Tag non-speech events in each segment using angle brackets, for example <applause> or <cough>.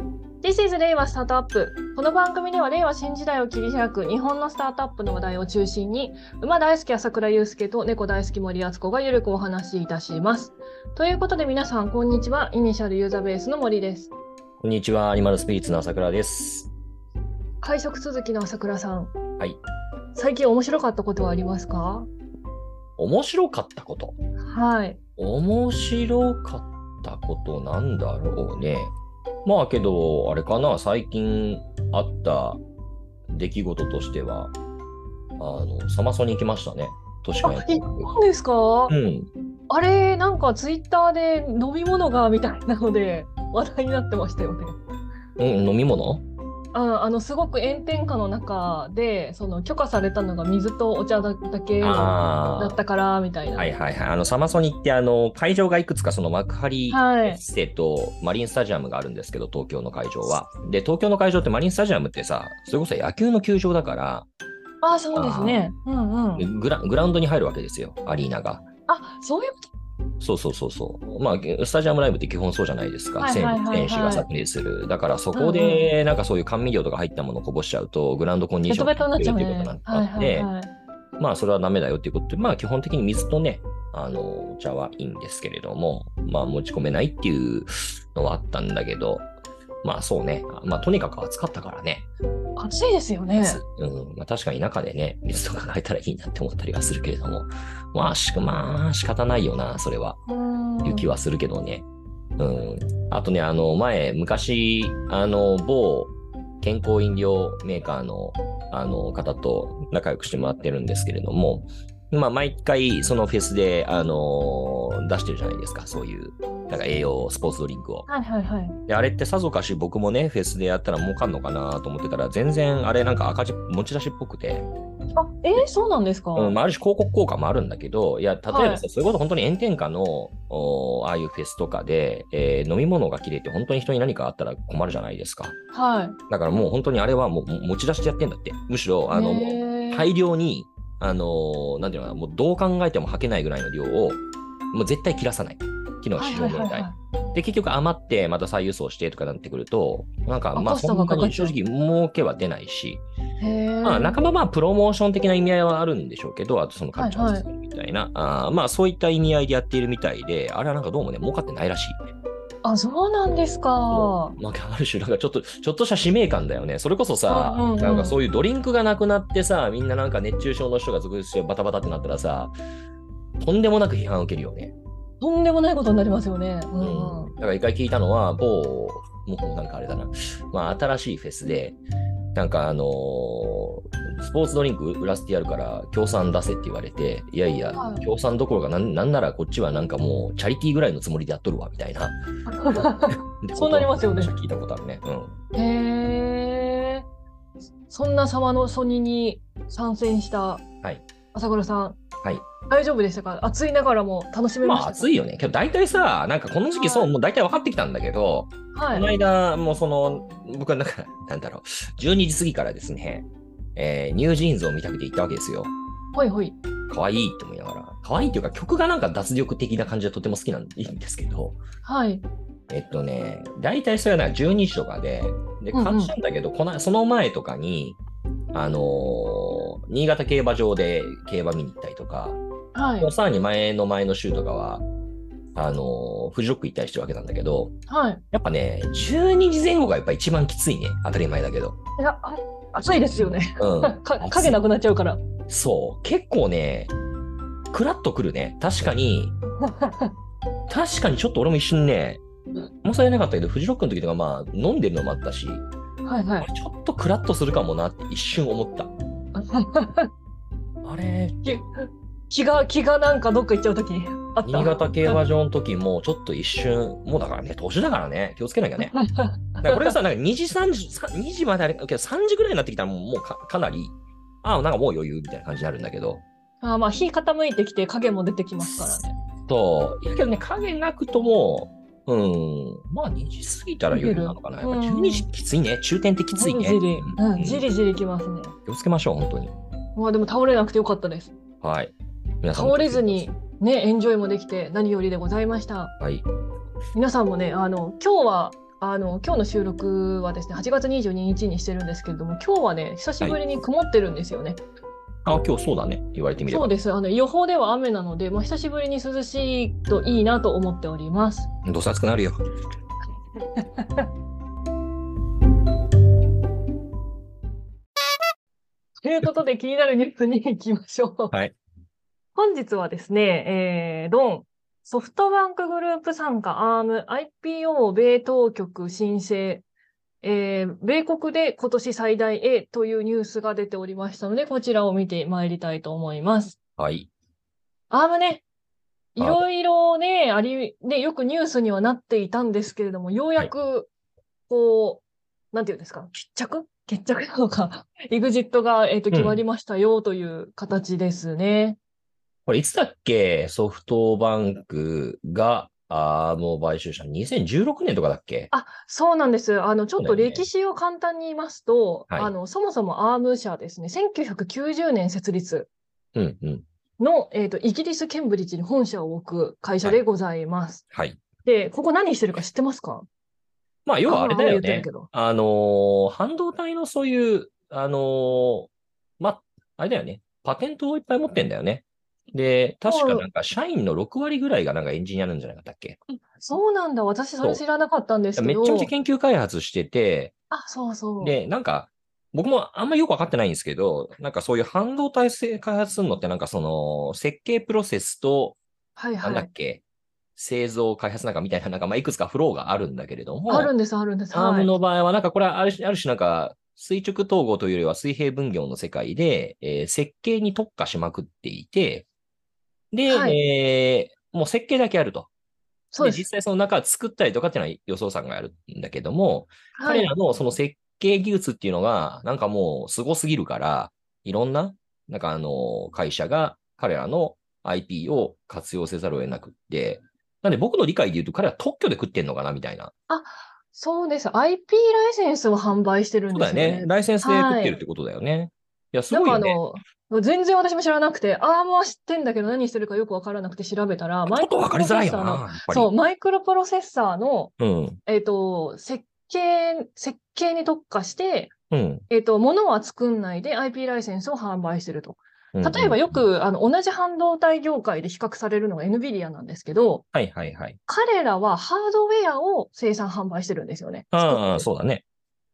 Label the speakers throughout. Speaker 1: ーズ令和スタートアップこの番組では令和新時代を切り開く日本のスタートアップの話題を中心に馬大好き朝倉祐介と猫大好き森敦子がゆるくお話しいたしますということで皆さんこんにちはイニシャルユーザーベースの森です
Speaker 2: こんにちは、アニマルスピリッツの朝倉です。
Speaker 1: 会食続きの朝倉さん
Speaker 2: はい
Speaker 1: 最近面白かったことはありますか
Speaker 2: 面白かったこと。
Speaker 1: はい
Speaker 2: 面白かったことなんだろうね。まあけど、あれかな、最近あった出来事としては、あの、サマソに行きましたね。年
Speaker 1: あ
Speaker 2: がやって
Speaker 1: え何ですか
Speaker 2: うん。
Speaker 1: あれなんかツイッターで飲み物がみたいなので話題になってましたよね
Speaker 2: うん、飲み物
Speaker 1: ああのすごく炎天下の中でその許可されたのが水とお茶だけだ
Speaker 2: あ
Speaker 1: ったからみたい
Speaker 2: あ。
Speaker 1: な。
Speaker 2: はいはいはい。あの、サマソニって、あの、会場がいくつか、その幕張、
Speaker 1: はい
Speaker 2: エッセとマリンスタジアムがあるんですけど、東京の会場は。で、東京の会場ってマリンスタジアムってさ、それこそ野球の球場だから、
Speaker 1: ああそうですね。うんうん。
Speaker 2: グラグラウンドに入るわけですよ、アリーナが。
Speaker 1: あそういうこ
Speaker 2: そうそうそうそう。まあ、スタジアムライブって基本そうじゃないですか、
Speaker 1: はい
Speaker 2: 選
Speaker 1: はいはいはい
Speaker 2: 選手が作例する。だからそこで、なんかそういう甘味料とか入ったものをこぼしちゃうと、グラウンドコンデ
Speaker 1: と
Speaker 2: ィ
Speaker 1: ベ
Speaker 2: ショ
Speaker 1: トベトにな
Speaker 2: ン
Speaker 1: っちゃう
Speaker 2: とい
Speaker 1: ね。
Speaker 2: うこと
Speaker 1: は
Speaker 2: にないっ
Speaker 1: はい
Speaker 2: て、
Speaker 1: はい。
Speaker 2: まあ、それはダメだよっていうことで、まあ、基本的に水とね、あの、お茶はいいんですけれども、まあ、持ち込めないっていうのはあったんだけど、まあ、そうね。まあ、とにかく暑かったからね。
Speaker 1: 暑いですよね。
Speaker 2: うんまあ、確かに中でね、水とか入ったらいいなって思ったりはするけれども、まあ、しまあ、仕方ないよな、それは。
Speaker 1: うん
Speaker 2: 雪はするけどね。うん。あとね、あの、前、昔、あの、某健康飲料メーカーの、あの方と仲良くしてもらってるんですけれども、まあ、毎回、そのフェスで、あの出してるじゃないですか、そういう、なんか栄養、スポーツドリンクを。
Speaker 1: はいはいはい。
Speaker 2: で、あれってさぞかし僕もね、フェスでやったら儲かんのかなと思ってたら、全然あれなんか赤字、持ち出しっぽくて、
Speaker 1: あえー、そうなんですか。
Speaker 2: うん
Speaker 1: は
Speaker 2: まあ、ある種広告効果もあるんだけど、いや、例えばさ、
Speaker 1: はい
Speaker 2: そういうこと本当に炎天下の、おーああいうフェスとかで、えー飲み物が切れて本当に人に何かあったら困るじゃないですか。
Speaker 1: い。
Speaker 2: だからもう本当にあれはもうも持ち出してやってんだって。むしろ、あの、もう
Speaker 1: は
Speaker 2: 大量に、あのーなんていうのかな、もうどう考えても吐けないぐらいの量を、もう絶対切らさない。機能
Speaker 1: はい
Speaker 2: し
Speaker 1: は
Speaker 2: よ
Speaker 1: いうは
Speaker 2: み
Speaker 1: い
Speaker 2: たい
Speaker 1: は。
Speaker 2: で、結局余って、また再輸送してとかなってくると、なんか、
Speaker 1: あ
Speaker 2: まあ、
Speaker 1: コス
Speaker 2: そ
Speaker 1: トが
Speaker 2: ん
Speaker 1: か
Speaker 2: な
Speaker 1: かっ
Speaker 2: に
Speaker 1: ちゃ
Speaker 2: 正
Speaker 1: う
Speaker 2: 直儲けは出ないし、
Speaker 1: い。へえ。
Speaker 2: まあ、仲間まあ、プロモーション的な意味合いはあるんでしょうけど、あとそのカルチャー作るみたいな、あーまあ、そういった意味合いでやっているみたいで、あれはなんかどうもね、儲かってないらしい。
Speaker 1: あそうなんですか。
Speaker 2: まあ、ある種、なんかちょっと、ちょっとした使命感だよね。それこそさ、
Speaker 1: うんうんうん
Speaker 2: なんかそういうドリンクがなくなってさ、みんななんか熱中症の人が続出してバタバタってなったらさ、とんでもなく批判を受けるよね。
Speaker 1: とんでもないことになりますよね。うんうん。
Speaker 2: だから一回聞いたのは、某、もうなんかあれだな、まあ新しいフェスで、なんかあのースポーツドリンク売らせてやるから、協賛出せって言われて、いやいや
Speaker 1: は、い
Speaker 2: 協賛どころかなん、なんならこっちはなんかもう、チャリティーぐらいのつもりでやっとるわ、みたいな。
Speaker 1: <laughs> そうなりますよね
Speaker 2: 聞いたことあるね。うん。
Speaker 1: へえ。そんな様のソニーに参戦した
Speaker 2: はい
Speaker 1: 朝倉さん、
Speaker 2: はい
Speaker 1: 大丈夫でしたか暑いながらも楽しめ
Speaker 2: ま
Speaker 1: ました
Speaker 2: あ
Speaker 1: か
Speaker 2: 暑いよね。けど大体さ、なんかこの時期そう、
Speaker 1: はい
Speaker 2: もう大体分かってきたんだけど、
Speaker 1: はい
Speaker 2: この間、もうその、僕はなんか、なんだろう、12時過ぎからですね、えーニュージーンズを見たくて行ったわけですよ。
Speaker 1: ほいほい
Speaker 2: 可愛いと思いながら、可愛いというか曲がなんか脱力的な感じでとても好きなんでい <laughs> いんですけど、
Speaker 1: はい
Speaker 2: えっとね、大体それはなんか12時とかで、で、
Speaker 1: うんうん
Speaker 2: 感じたんだけど、このその前とかに、あのー新潟競馬場で競馬見に行ったりとか、
Speaker 1: はい
Speaker 2: さらに前の前の週とかは、あのーフジロック行ったりしてるわけなんだけど、
Speaker 1: はい
Speaker 2: やっぱね、12時前後がやっぱ一番きついね。当たり前だけど。
Speaker 1: いやあ暑いですよね。
Speaker 2: うん
Speaker 1: <laughs> か影なくなっちゃうから
Speaker 2: そう。結構ね、クラッとくるね。確
Speaker 1: <laughs>
Speaker 2: かに、確かにちょっと俺も一瞬ね、もされなかったけど、フジロックの時とかまあ飲んでるのもあったし、
Speaker 1: はいは
Speaker 2: あ
Speaker 1: い
Speaker 2: れちょっとクラッとするかもなって一瞬
Speaker 1: <laughs>
Speaker 2: 思った。あれ、
Speaker 1: 気気が気がなんかどっか行っちゃう時あった
Speaker 2: 新潟競馬場の時もちょっと一瞬、もうだからね、年だからね、気をつけなき
Speaker 1: <laughs>
Speaker 2: ゃね。だからこれがさ、なんか2時、3時、さ2時まであれ、けど3時ぐらいになってきたらもうもうかかなり、ああ、なんかもう余裕みたいな感じになるんだけど、
Speaker 1: あまあ日傾いてきて影も出てきますからね
Speaker 2: と、いやけどね、影なくとも、うん、まあ2時過ぎたら余裕なのかな。やっぱ12時きついね。中点ってきついね。
Speaker 1: じり、
Speaker 2: うん
Speaker 1: うん、じりじりきますね
Speaker 2: 気をつけましょう、本当に。
Speaker 1: まあでも倒れなくてよかったです
Speaker 2: はい。皆さんも
Speaker 1: 倒れずにねエンジョイもできて何よりでございました
Speaker 2: はい。
Speaker 1: 皆さんもねあの今日はあの今日の収録はですね8月22日にしてるんですけれども今日はね久しぶりに曇ってるんですよね。
Speaker 2: あ、今日そうだね。言われてみれば。
Speaker 1: そうですあの予報では雨なので、まあ、久しぶりに涼しいといいなと思っております。
Speaker 2: どうせ暑くなるよ。
Speaker 1: ということで気になるニュースに行きましょう。
Speaker 2: はい
Speaker 1: 本日はですね、えードンソフトバンクグループ傘下アーム IPO 米当局申請、えー米国で今年最大 A というニュースが出ておりましたので、こちらを見てまいりたいと思います。
Speaker 2: はい。
Speaker 1: アームね、い
Speaker 2: はい
Speaker 1: ろいろね、あり、ね、よくニュースにはなっていたんですけれども、ようやく、こう、なんていうんですか、決着決着なのか、 <laughs> エグジットが、えっと、
Speaker 2: うん
Speaker 1: 決まりましたよという形ですね。
Speaker 2: これいつだっけソフトバンクが、あーもう買収した2016年とかだっけ
Speaker 1: あ、そうなんです。あの、ちょっと
Speaker 2: そうだよね
Speaker 1: 歴史を簡単に言いますと、
Speaker 2: はい
Speaker 1: あの、そもそもアーム社ですね、1990年設立
Speaker 2: うんうん。
Speaker 1: の、えっと、イギリス・ケンブリッジに本社を置く会社でございます。
Speaker 2: はい。
Speaker 1: で、ここ何してるか知ってますか
Speaker 2: まあ、要はあれだよ
Speaker 1: あんまり言ってる
Speaker 2: ね
Speaker 1: け。ど。
Speaker 2: あのー半導体のそういう、あのーま、あれだよね。パテントをいっぱい持ってんだよね。で、確かなんか社員の6割ぐらいがなんかエンジニアなんじゃなかったっけ
Speaker 1: そうなんだ。私、それ
Speaker 2: そ
Speaker 1: 知らなかったんですけ
Speaker 2: めっ
Speaker 1: ど。
Speaker 2: ちゃめちゃ研究開発してて、
Speaker 1: あ、そうそう。
Speaker 2: で、なんか、僕もあんまよくわかってないんですけど、なんかそういう半導体製開発するのってなんかその設計プロセスと、
Speaker 1: はい
Speaker 2: なん
Speaker 1: は
Speaker 2: だ
Speaker 1: い
Speaker 2: っ。け、製造開発なんかみたいな、なんかまあいくつかフローがあるんだけれども、
Speaker 1: あるんです、あるんです。
Speaker 2: アー
Speaker 1: は
Speaker 2: ム
Speaker 1: い。
Speaker 2: の場合は、なんかこれはある種、ある種なんか、垂直統合というよりは水平分業の世界で、えー設計に特化しまくっていて、で、
Speaker 1: はい
Speaker 2: えーもう設計だけあると。
Speaker 1: そうで。
Speaker 2: です実際その中作ったりとかっていうのは予想さんがあるんだけども、
Speaker 1: はい
Speaker 2: 彼らのその設計技術っていうのが、なんかもうすごすぎるから、いろんな、なんかあの、会社が彼らの IP を活用せざるを得なくって、なんで僕の理解で言うと彼ら特許で食ってんのかなみたいな。
Speaker 1: そうです。IP ライセンスを販売してるん
Speaker 2: そう
Speaker 1: で
Speaker 2: だよ
Speaker 1: すよ
Speaker 2: ね
Speaker 1: ね。。
Speaker 2: ライセンスで食ってるってことだよね。い、や、す
Speaker 1: なん
Speaker 2: ごい
Speaker 1: か
Speaker 2: よ
Speaker 1: あ
Speaker 2: ね。
Speaker 1: の、全然私も知らなくて、アームは知ってんだけど何してるかよくわからなくて調べたら、マ
Speaker 2: ちょ
Speaker 1: イ
Speaker 2: っ
Speaker 1: ク
Speaker 2: と
Speaker 1: ロ
Speaker 2: わ
Speaker 1: プ
Speaker 2: か
Speaker 1: ロ
Speaker 2: り
Speaker 1: セ
Speaker 2: づ
Speaker 1: ッ
Speaker 2: らいよ
Speaker 1: サー
Speaker 2: な、
Speaker 1: の、
Speaker 2: やっぱり。
Speaker 1: そう、マイクロプロセッサーの、
Speaker 2: うん。
Speaker 1: えっと、設計、設計に特化して、
Speaker 2: うん。
Speaker 1: えっと、物は作んないで IP ライセンスを販売してると。
Speaker 2: うん。
Speaker 1: 例えばよ
Speaker 2: うん。
Speaker 1: くあの同じ半導体業界で比較されるのが NVIDIA なんですけど、
Speaker 2: はいはいはい。
Speaker 1: 彼らはハードウェアを生産販売してるんですよね。
Speaker 2: ああ、そうだね。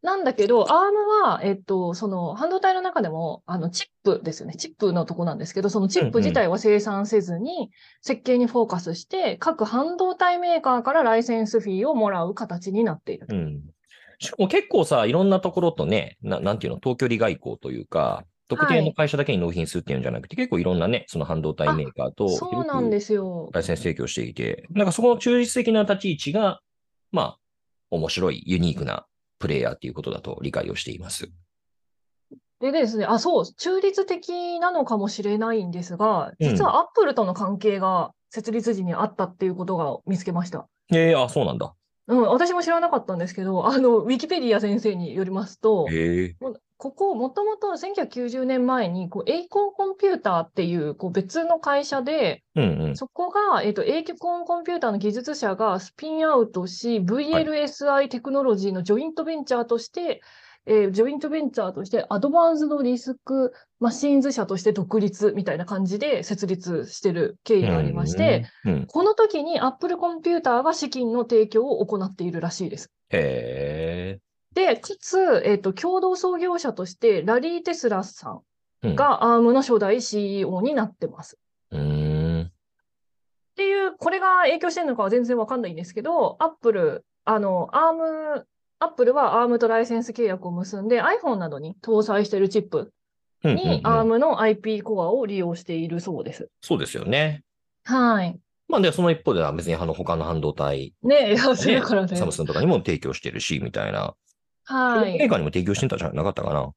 Speaker 1: なんだけど、ARM は、えっと、その半導体の中でもあのチップですよね。チップのとこなんですけど、そのチップ自体は生産せずに設計にフォーカスして、各半導体メーカーからライセンスフィーをもらう形になっている
Speaker 2: う
Speaker 1: と。
Speaker 2: ん。しかも結構さ、いろんなところとね、ななんていうの、東京利外交というか、特定の会社だけに納品するっていうんじゃなくて、結構いろんなね、その半導体メーカーと、
Speaker 1: そうなん
Speaker 2: 広く
Speaker 1: ですよ。
Speaker 2: ライセンス提供していて、なんかそこの中立的な立ち位置が、まあ、面白い、ユニークなプレイヤーということだと理解をしています。
Speaker 1: でですね、あ、そう、中立的なのかもしれないんですが、
Speaker 2: うん
Speaker 1: 実はアップルとの関係が設立時にあったっていうことが見つけました。
Speaker 2: ええあ、そうなんだ。
Speaker 1: うん、私も知らなかったんですけど、あの、ウィキペディア先生によりますと、
Speaker 2: へえ。
Speaker 1: もうここ、もともと1990年前に、こう、エイコンコンピューターっていう、こう、別の会社で、
Speaker 2: うんうん。
Speaker 1: そこが、えっと、エイコンコンピューターの技術者がスピンアウトし、VLSI テクノロジーのジョイントベンチャーとして、えージョイントベンチャーとして、アドバンスドリスクマシンズ社として独立みたいな感じで設立してる経緯がありまして、
Speaker 2: うん、うん。
Speaker 1: この時に Apple コンピューターが資金の提供を行っているらしいです。
Speaker 2: へ
Speaker 1: で、かつ、えっと、共同創業者として、ラリー・テスラさ
Speaker 2: うんん
Speaker 1: が ARM の初代 CEO になってます。
Speaker 2: え。うーん。
Speaker 1: っていう、これが影響してるのかは全然わかんないんですけど、アップル、あの、アーム、アップルはアームとライセンス契約を結んで iPhone などに搭載しているチップ
Speaker 2: うんうんう
Speaker 1: に
Speaker 2: ん
Speaker 1: ARM の IP コアを利用しているそうです。
Speaker 2: そうですよね。
Speaker 1: はい。
Speaker 2: まあで、その一方では別にあの他の半導体、
Speaker 1: ねえ、そう
Speaker 2: ね
Speaker 1: だからね
Speaker 2: サ。ムスンとかにも提供してるし、みたいな。
Speaker 1: は
Speaker 2: メー
Speaker 1: い。
Speaker 2: カーにも提供してたんじゃなかったかな。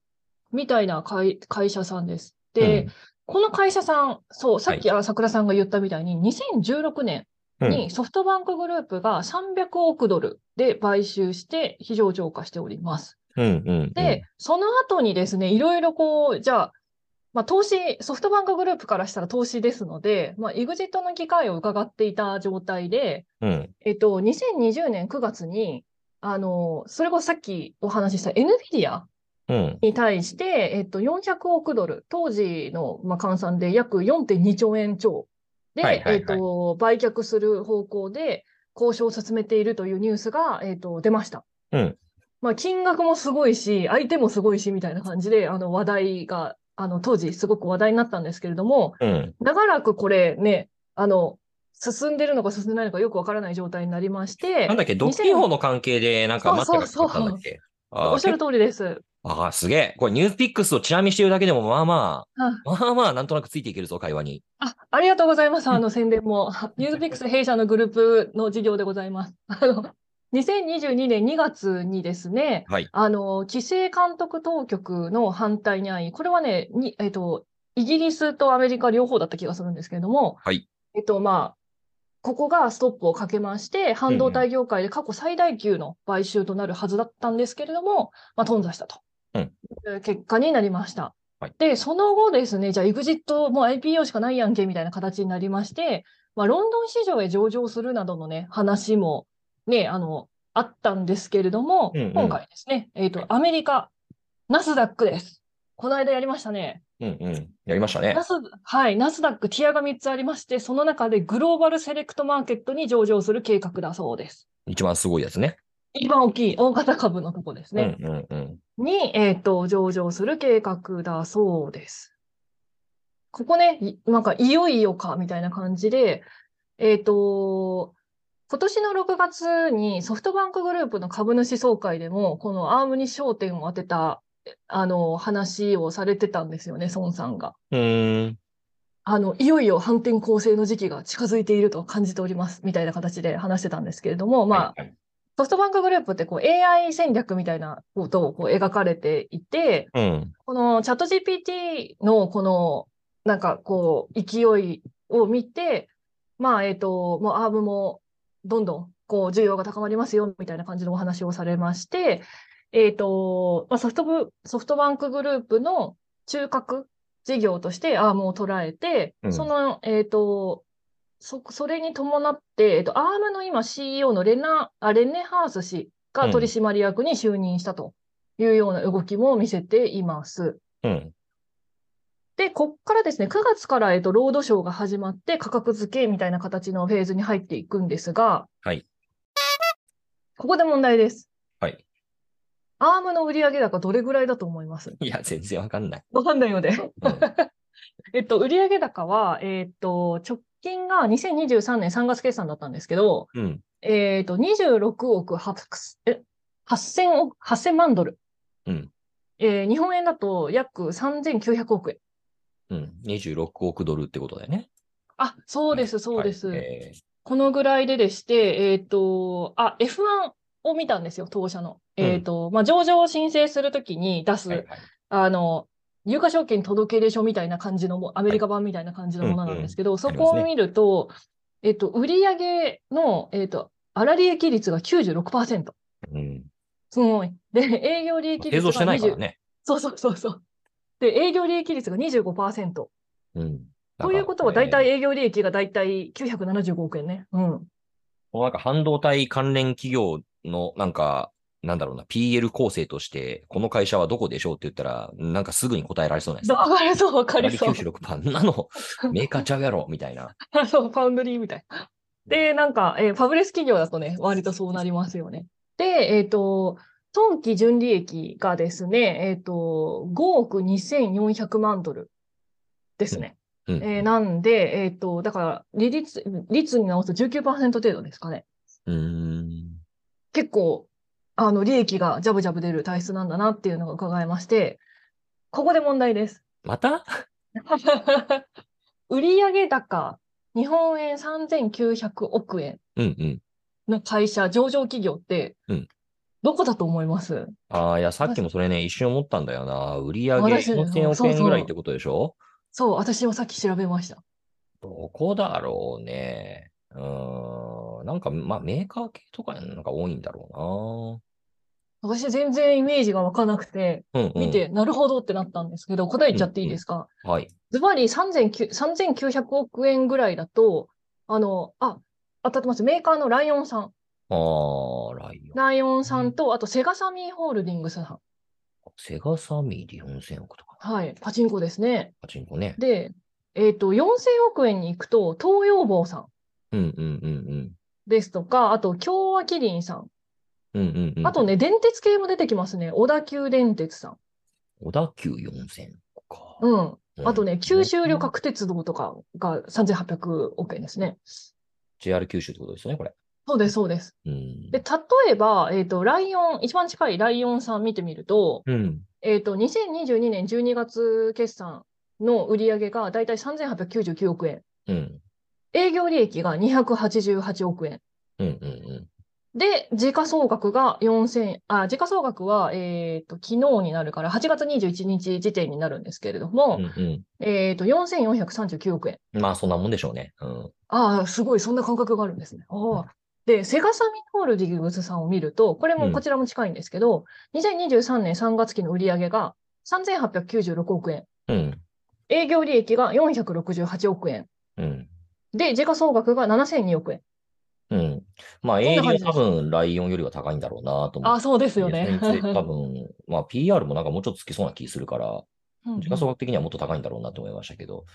Speaker 1: みたいな会会社さんです。で、この会社さん、そう、さっき、あ桜さんが言ったみたいに、2016年
Speaker 2: うん、うん
Speaker 1: にソフトバンクグループが300億ドルで買収して非上場化しております。
Speaker 2: うんうん、
Speaker 1: で、その後にですね、いろいろこう、じゃあ、まあ、投資、ソフトバンクグループからしたら投資ですので、まあ、エグジットの機会を伺っていた状態で、
Speaker 2: うん、
Speaker 1: えっと、2020年9月に、あの、それこそさっきお話しした NVIDIA
Speaker 2: うん。
Speaker 1: に対して、えっと、400億ドル、当時の、まあ、換算で約4.2兆円超で、
Speaker 2: はいはいはい
Speaker 1: えっと、売却する方向で交渉を進めているというニュースが、えっと、出ました。
Speaker 2: うん
Speaker 1: まあ、金額もすごいし、相手もすごいし、みたいな感じで、あの、話題が、あの、当時すごく話題になったんですけれども、
Speaker 2: うん。
Speaker 1: 長らくこれね、あの、進んでるのか進んでないのかよくわからない状態になりまして
Speaker 2: なん、だっけ、ドッキリ法の関係で、なんか待ってがかかったんだっけ。あー
Speaker 1: おっしゃる通りです。
Speaker 2: ああ、すげえ。これ、ニュースピックスをチラ見してるだけでも、まあま
Speaker 1: はい
Speaker 2: あ、まあまあ、なんとなくついていけるぞ、会話に。
Speaker 1: あ、ありがとうございます。あの宣伝
Speaker 2: <laughs>
Speaker 1: も。ニュースピックス弊社のグループの事業でございます。あの、2022年2月にですね、
Speaker 2: はい
Speaker 1: あの、規制監督当局の反対にあい、これはね、にえっと、イギリスとアメリカ両方だった気がするんですけれども、
Speaker 2: はい
Speaker 1: えっと、まあ、ここがストップをかけまして、半導体業界で過去最大級の買収となるはずだったんですけれども、まあ、頓挫したと
Speaker 2: うん
Speaker 1: いう結果になりました。
Speaker 2: はい
Speaker 1: で、その後ですね、じゃあ EXIT もう IPO しかないやんけみたいな形になりまして、まあ、ロンドン市場へ上場するなどのね、話もね、あの、あったんですけれども、
Speaker 2: うんうん
Speaker 1: 今回ですね、えっ、と、アメリカ、ナスダックです。この間やりましたね。
Speaker 2: うんうん。やりましたね
Speaker 1: ナ。ス、はい、ナスダック、ティアが3つありまして、その中でグローバルセレクトマーケットに上場する計画だそうです。
Speaker 2: 一番すごいやつね。
Speaker 1: 一番大きい、大型株のとこです
Speaker 2: う
Speaker 1: ね。
Speaker 2: んうんうん。
Speaker 1: に、えっ、と、上場する計画だそうです。ここね、いなんか、いよいよか、みたいな感じで、えっ、と、今年の6月にソフトバンクグループの株主総会でも、このアームに焦点を当てた、あの、話をされてたんですよね、孫さんが。
Speaker 2: うーん。
Speaker 1: あの、いよいよ反転攻勢の時期が近づいていると感じております、みたいな形で話してたんですけれども、まあ、
Speaker 2: はいはい
Speaker 1: ソフトバンクグループってこう AI 戦略みたいなことをこう描かれていて、
Speaker 2: うん。
Speaker 1: このチャット GPT のこのなんかこう勢いを見て、まあえっ、と、もうアームもどんどんこう需要が高まりますよみたいな感じのお話をされまして、えっ、と、まあ、ソフトブ、ソフトバンクグループの中核事業としてアームを捉えて、
Speaker 2: うん
Speaker 1: その、えっ、と、そ、それに伴って、えっ、と、アームの今 CEO のレナ、あ、レネハース氏が取締役に就任したというような動きも見せています。
Speaker 2: うん。
Speaker 1: で、こっからですね、9月から、えっと、ロードショーが始まって、価格付けみたいな形のフェーズに入っていくんですが、
Speaker 2: はい。
Speaker 1: ここで問題です。
Speaker 2: はい。
Speaker 1: アームの売上高どれぐらいだと思 <laughs> います
Speaker 2: いや、全然わかんない。
Speaker 1: わかんないので。 <laughs>
Speaker 2: うん、
Speaker 1: えっと、売上高は、えっと、直近が2023年3月決算だったんですけど、
Speaker 2: うん。
Speaker 1: えっと、26億8え8000億、8000万ドル。
Speaker 2: うん。
Speaker 1: えー日本円だと約3900億円。
Speaker 2: うん。26億ドルってことだよね。
Speaker 1: あ、そうです、そうです。
Speaker 2: はいえー
Speaker 1: このぐらいででして、えっ、と、あ、F1 を見たんですよ、当社の。
Speaker 2: うん
Speaker 1: えっ、と、まあ、上場を申請するときに出す、
Speaker 2: はいはい
Speaker 1: あの、有価証券届出書みたいな感じのも、アメリカ版みたいな感じのものなんですけど、そこ
Speaker 2: あり
Speaker 1: を
Speaker 2: ます
Speaker 1: 見ると、えっ、と、売上の、えっ、と、粗利益率が96%。
Speaker 2: うん。
Speaker 1: すごい。で、営業利益
Speaker 2: 映
Speaker 1: 率が
Speaker 2: 像してないから
Speaker 1: 20、
Speaker 2: ね。
Speaker 1: そうそうそうそう。で、営業利益率が25%。
Speaker 2: うん。
Speaker 1: ということは、大体
Speaker 2: えー
Speaker 1: 営業利益が大体975億円ね。うん。
Speaker 2: このなんか半導体関連企業のなんか、なんだろうな、PL 構成として、この会社はどこでしょうって言ったら、なんかすぐに答えられそうなんです
Speaker 1: わかりそう、わかりそう。
Speaker 2: 96%
Speaker 1: <laughs>
Speaker 2: なの、メーカーちゃうやろみたいな。
Speaker 1: そう、ファウンドリーみたいな。で、なんか、えーファブレス企業だとね、割とそうなりますよね。で、えっ、と、当期純利益がですね、えっ、と、5億2400万ドルですね。
Speaker 2: うん
Speaker 1: えーなんで、えっ、と、だから、利率、率に直すと19%程度ですかね。
Speaker 2: うーん。
Speaker 1: 結構、あの、利益がジャブジャブ出る体質なんだなっていうのが伺えまして、ここで問題です。 <laughs>
Speaker 2: また
Speaker 1: 売上高、日本円3900億円
Speaker 2: うんうん。
Speaker 1: の会社、上場企業って
Speaker 2: うん、
Speaker 1: どこだと思います
Speaker 2: ああ、いや、さっきもそれね、一瞬思ったんだよな。売上
Speaker 1: 私そ
Speaker 2: 4000億
Speaker 1: う
Speaker 2: 円
Speaker 1: そう
Speaker 2: ぐらいってことでしょ
Speaker 1: そう、私もさっき調べました。
Speaker 2: どこだろうね。うーん。なんか、まあ、メーカー系とかなんか多いんだろ
Speaker 1: 私全然イメージが湧かなくて、
Speaker 2: うな。うん、うん。
Speaker 1: 見。て、なるほどってなったんですけど、答えちゃっていいですか
Speaker 2: はい。
Speaker 1: ズバリ3900 3900億円ぐらいだと、あの、あ、当たってます。メーカーのライオンさん。
Speaker 2: あー、ライオン。
Speaker 1: ライオンさんと、あとセガサミーホールディングスさん。
Speaker 2: セガサミーで4000億とか、
Speaker 1: はい。パチンコですね。
Speaker 2: パチンコね。
Speaker 1: で、えっ、と、4000億円に行くと、東洋坊さん
Speaker 2: うんうんうん
Speaker 1: ですとか、あと、京和キリンさん。
Speaker 2: うん。うんうんうん。
Speaker 1: あとね、電鉄系も出てきますね。小田急電鉄さん。
Speaker 2: 小田急4000億か。
Speaker 1: うん。あと
Speaker 2: う
Speaker 1: ね、
Speaker 2: ん
Speaker 1: 九州旅客鉄道とかが3800億円ですね。
Speaker 2: JR 九州ってことですよね、これ。
Speaker 1: そうです、そうです。
Speaker 2: うん
Speaker 1: で、。例えば、えっ、と、ライオン、一番近いライオンさん見てみると、
Speaker 2: うん。
Speaker 1: えっ、と、2022年12月決算の売り上げがだいたい3899億円。
Speaker 2: うん。
Speaker 1: 営業利益が288億円。
Speaker 2: うんうんうん。
Speaker 1: で、時価総額が4000、あ、時価総額は、えっ、と、昨日になるから、8月21日時点になるんですけれども、
Speaker 2: うん
Speaker 1: えっ、と、4439億円。
Speaker 2: うん。まあ、そんなもんでしょうね。うん。
Speaker 1: ああ、すごい、そんな感覚があるんですね。ああで、セガサミホールディングスさんを見ると、これ
Speaker 2: う
Speaker 1: も
Speaker 2: ん
Speaker 1: こちらも近いんですけど、2023年3月期の売り上げが3896億円、
Speaker 2: うん。
Speaker 1: 営業利益が468億円、
Speaker 2: うん。
Speaker 1: で、時価総額が7002億円。
Speaker 2: うん。まあ、
Speaker 1: ん
Speaker 2: 営
Speaker 1: な
Speaker 2: 業
Speaker 1: 感
Speaker 2: は
Speaker 1: じです
Speaker 2: 多分、ライオンよりは高いんだろうなと思
Speaker 1: あ
Speaker 2: っ
Speaker 1: あ、
Speaker 2: て。
Speaker 1: そうですよね。
Speaker 2: それについ多分、まあ、
Speaker 1: <laughs>
Speaker 2: PR もなんかもうちょっとつきそうな気するから、
Speaker 1: うん
Speaker 2: 時価総額的にはもっと高いんだろうなと思いましたけど、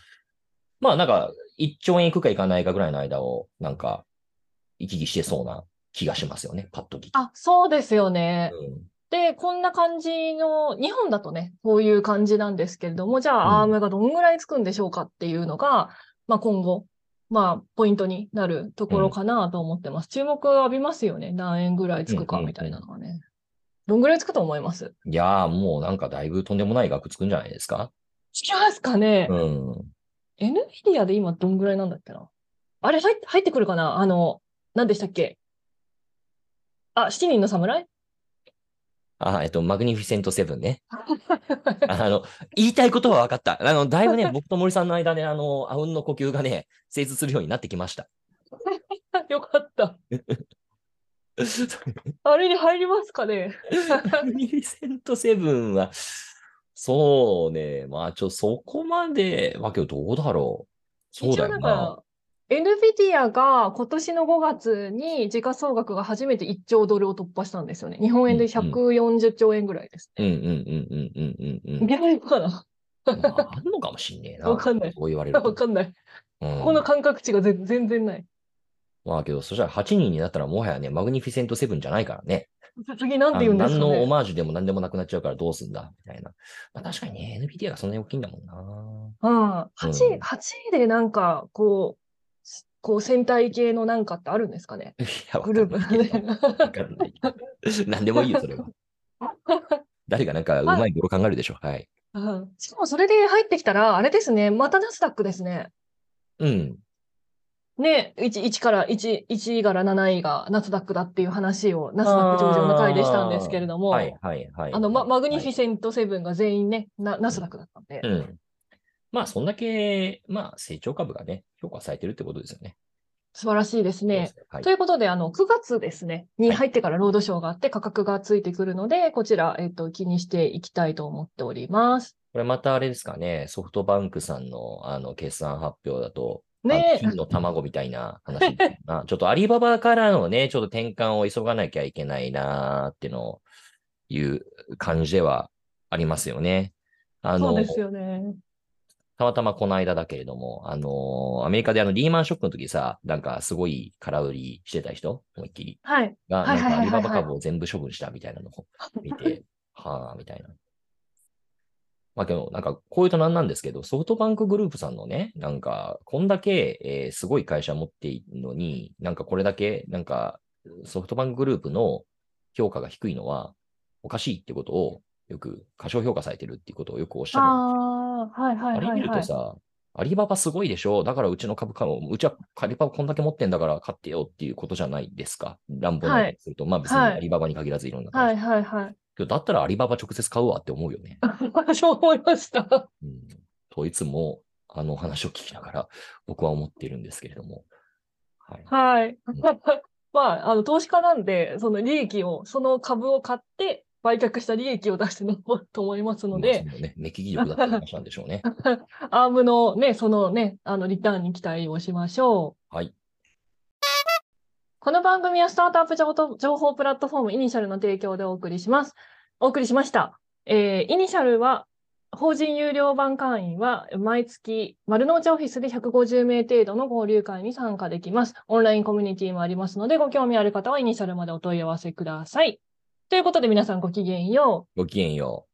Speaker 2: まあ、なんか、1兆円いくかいかないかぐらいの間を、なんか、行き来してそうな気がしますよね、パッと聞いて。
Speaker 1: あ、そうですよね。
Speaker 2: うん
Speaker 1: で、こんな感じの、日本だとね、こういう感じなんですけれども、じゃあ、アー
Speaker 2: うん
Speaker 1: ムがどんぐらいつくんでしょうかっていうのが、まあ今後、まあ、ポイントになるところかなと思ってます。注目浴びますよね。何円ぐらいつくか
Speaker 2: うんうんうん
Speaker 1: みたいなのはね。どんぐらいつくと思います
Speaker 2: いやー、もうなんかだいぶとんでもない額つくんじゃないですか。
Speaker 1: つきますかね
Speaker 2: う。ん。
Speaker 1: NVIDIA で今どんぐらいなんだっけな。あれ、入って、入ってくるかなあの、何でしたっけあ、七人の侍 <laughs>
Speaker 2: あ、えっと、マグニフィセントセブンね。あの、言いたいことは分かった。あの、だいぶね、僕と森さんの間で、あの、あうんの呼吸がね、精通するようになってきま
Speaker 1: <laughs>
Speaker 2: した。
Speaker 1: よかった。あれに入りますかね
Speaker 2: マグニフィセントセブンは、そうね、まあ、ちょ、そこまで、わけど、どうだろう。そう
Speaker 1: 一
Speaker 2: だ
Speaker 1: 応
Speaker 2: よ
Speaker 1: だ
Speaker 2: な。
Speaker 1: から、NVIDIA が今年の5月に時価総額が初めて1兆ドルを突破したんですよね。日本円で140兆円ぐらいです
Speaker 2: うん
Speaker 1: ね。
Speaker 2: うんうんうんうんうんう
Speaker 1: い <laughs> けないのかな
Speaker 2: ん。まあ、あんのかもしんねえな。
Speaker 1: わかんない
Speaker 2: そう言われる
Speaker 1: わ
Speaker 2: と。
Speaker 1: かんない。
Speaker 2: うん
Speaker 1: この感覚値が全全然ない。
Speaker 2: まあけど、そしたら8人になったらもはやね、マグニフィセントセブンじゃないからね。
Speaker 1: 次なんて言うんです
Speaker 2: あ
Speaker 1: か
Speaker 2: の何のオ
Speaker 1: ね。
Speaker 2: マージュでも何でもなくなっちゃうからどうすんだみたいな。まあ確かにね、NVIDIA がそんなに大きいんだもんな。
Speaker 1: うん、
Speaker 2: う
Speaker 1: 8,
Speaker 2: ん
Speaker 1: 八位でなんか、こう、こう戦隊系のなんかってあるんですかね。
Speaker 2: いや、わか
Speaker 1: グ
Speaker 2: んな
Speaker 1: ル
Speaker 2: いけど
Speaker 1: ー
Speaker 2: わ
Speaker 1: プ。
Speaker 2: かんないけど。何でもいいよ、それは。誰がなんかうまい語呂考えるでしょ。はい。
Speaker 1: <laughs> うんしかもそれで入ってきたら、あれですね、またナスダックですね。
Speaker 2: うん。
Speaker 1: ね、1, 1から1、1位から7位がナスダックだっていう話を、ナスダック上場の回でしたんですけれども、
Speaker 2: はいはいはい。
Speaker 1: あのママグニフィ
Speaker 2: はい
Speaker 1: セントセブンが全員ね、なナスダックだったんで、
Speaker 2: うん。まあ、そんだけ、まあ、成長株がね、評価されてるってことですよね。
Speaker 1: 素晴らしいですね。。
Speaker 2: はい
Speaker 1: と。いうことで、あの、9月ですね、に入ってからロードショーがあって価格がついてくるので、こちら、えっと、気にしていきたいと思っております。
Speaker 2: これまたあれですかね、ソフトバンクさんのあの決算発表だと、あの
Speaker 1: ね、
Speaker 2: 金の卵みたいな話だ
Speaker 1: <laughs>
Speaker 2: な。ちょっとアリババからのね、ちょっと転換を急がなきゃいけないなーっていうのをいう感じではありますよね。あ
Speaker 1: そう
Speaker 2: の、
Speaker 1: ですよね。
Speaker 2: たまたまこの間だけれども、あのーアメリカであのリーマンショックの時さ、なんかすごい空売りしてた人、思いっきり、
Speaker 1: はい。
Speaker 2: が、
Speaker 1: は
Speaker 2: ないん
Speaker 1: はい
Speaker 2: か
Speaker 1: はいはい
Speaker 2: ア
Speaker 1: はい
Speaker 2: リババ株を全部処分したみたいなのを見
Speaker 1: <laughs>
Speaker 2: て、はあ、みたいな。まあけど、なんか、こういうとなんなんですけど、ソフトバンクグループさんのね、なんか、こんだけ、えーすごい会社持っているのに、なんかこれだけ、なんか、ソフトバンクグループの評価が低いのはおかしいってことを、よく過小評価されてるっていうことをよくおっしゃる。
Speaker 1: ああ、はいはい
Speaker 2: あれ
Speaker 1: はい
Speaker 2: 見る
Speaker 1: は
Speaker 2: と
Speaker 1: い。
Speaker 2: さ、アリババすごいでしょだからうちの株価も、うちはアリババこんだけ持ってんだから買ってよっていうことじゃないですか。乱暴なことすると、まあ別に
Speaker 1: はい
Speaker 2: アリババに限らずいろんな感じ
Speaker 1: はいはいはい。
Speaker 2: けどだったらアリババ直接買うわって思うよね。
Speaker 1: 私も思いました。
Speaker 2: うん、といつも、あのお話を聞きながら、僕は思っているんですけれども。はい。
Speaker 1: はい
Speaker 2: ん。
Speaker 1: <laughs> まあ、あの、投資家なんで、その利益を、その株を買って、売却した利益を出して残る <laughs> と思いますので、
Speaker 2: まあそうね、目利き力だった話なんでしょう
Speaker 1: <laughs>
Speaker 2: ね。
Speaker 1: アームのね、そのね、あの、リターンに期待をしましょう。
Speaker 2: はい。
Speaker 1: この番組はスタートアップ情報情報プラットフォームイニシャルの提供でお送りします。お送りしました。えーイニシャルは、法人有料版会員は毎月丸の内オフィスで150名程度の交流会に参加できます。オンラインコミュニティもありますので、ご興味ある方はイニシャルまでお問い合わせください。ということで皆さんごきげんよう。
Speaker 2: ごきげんよう。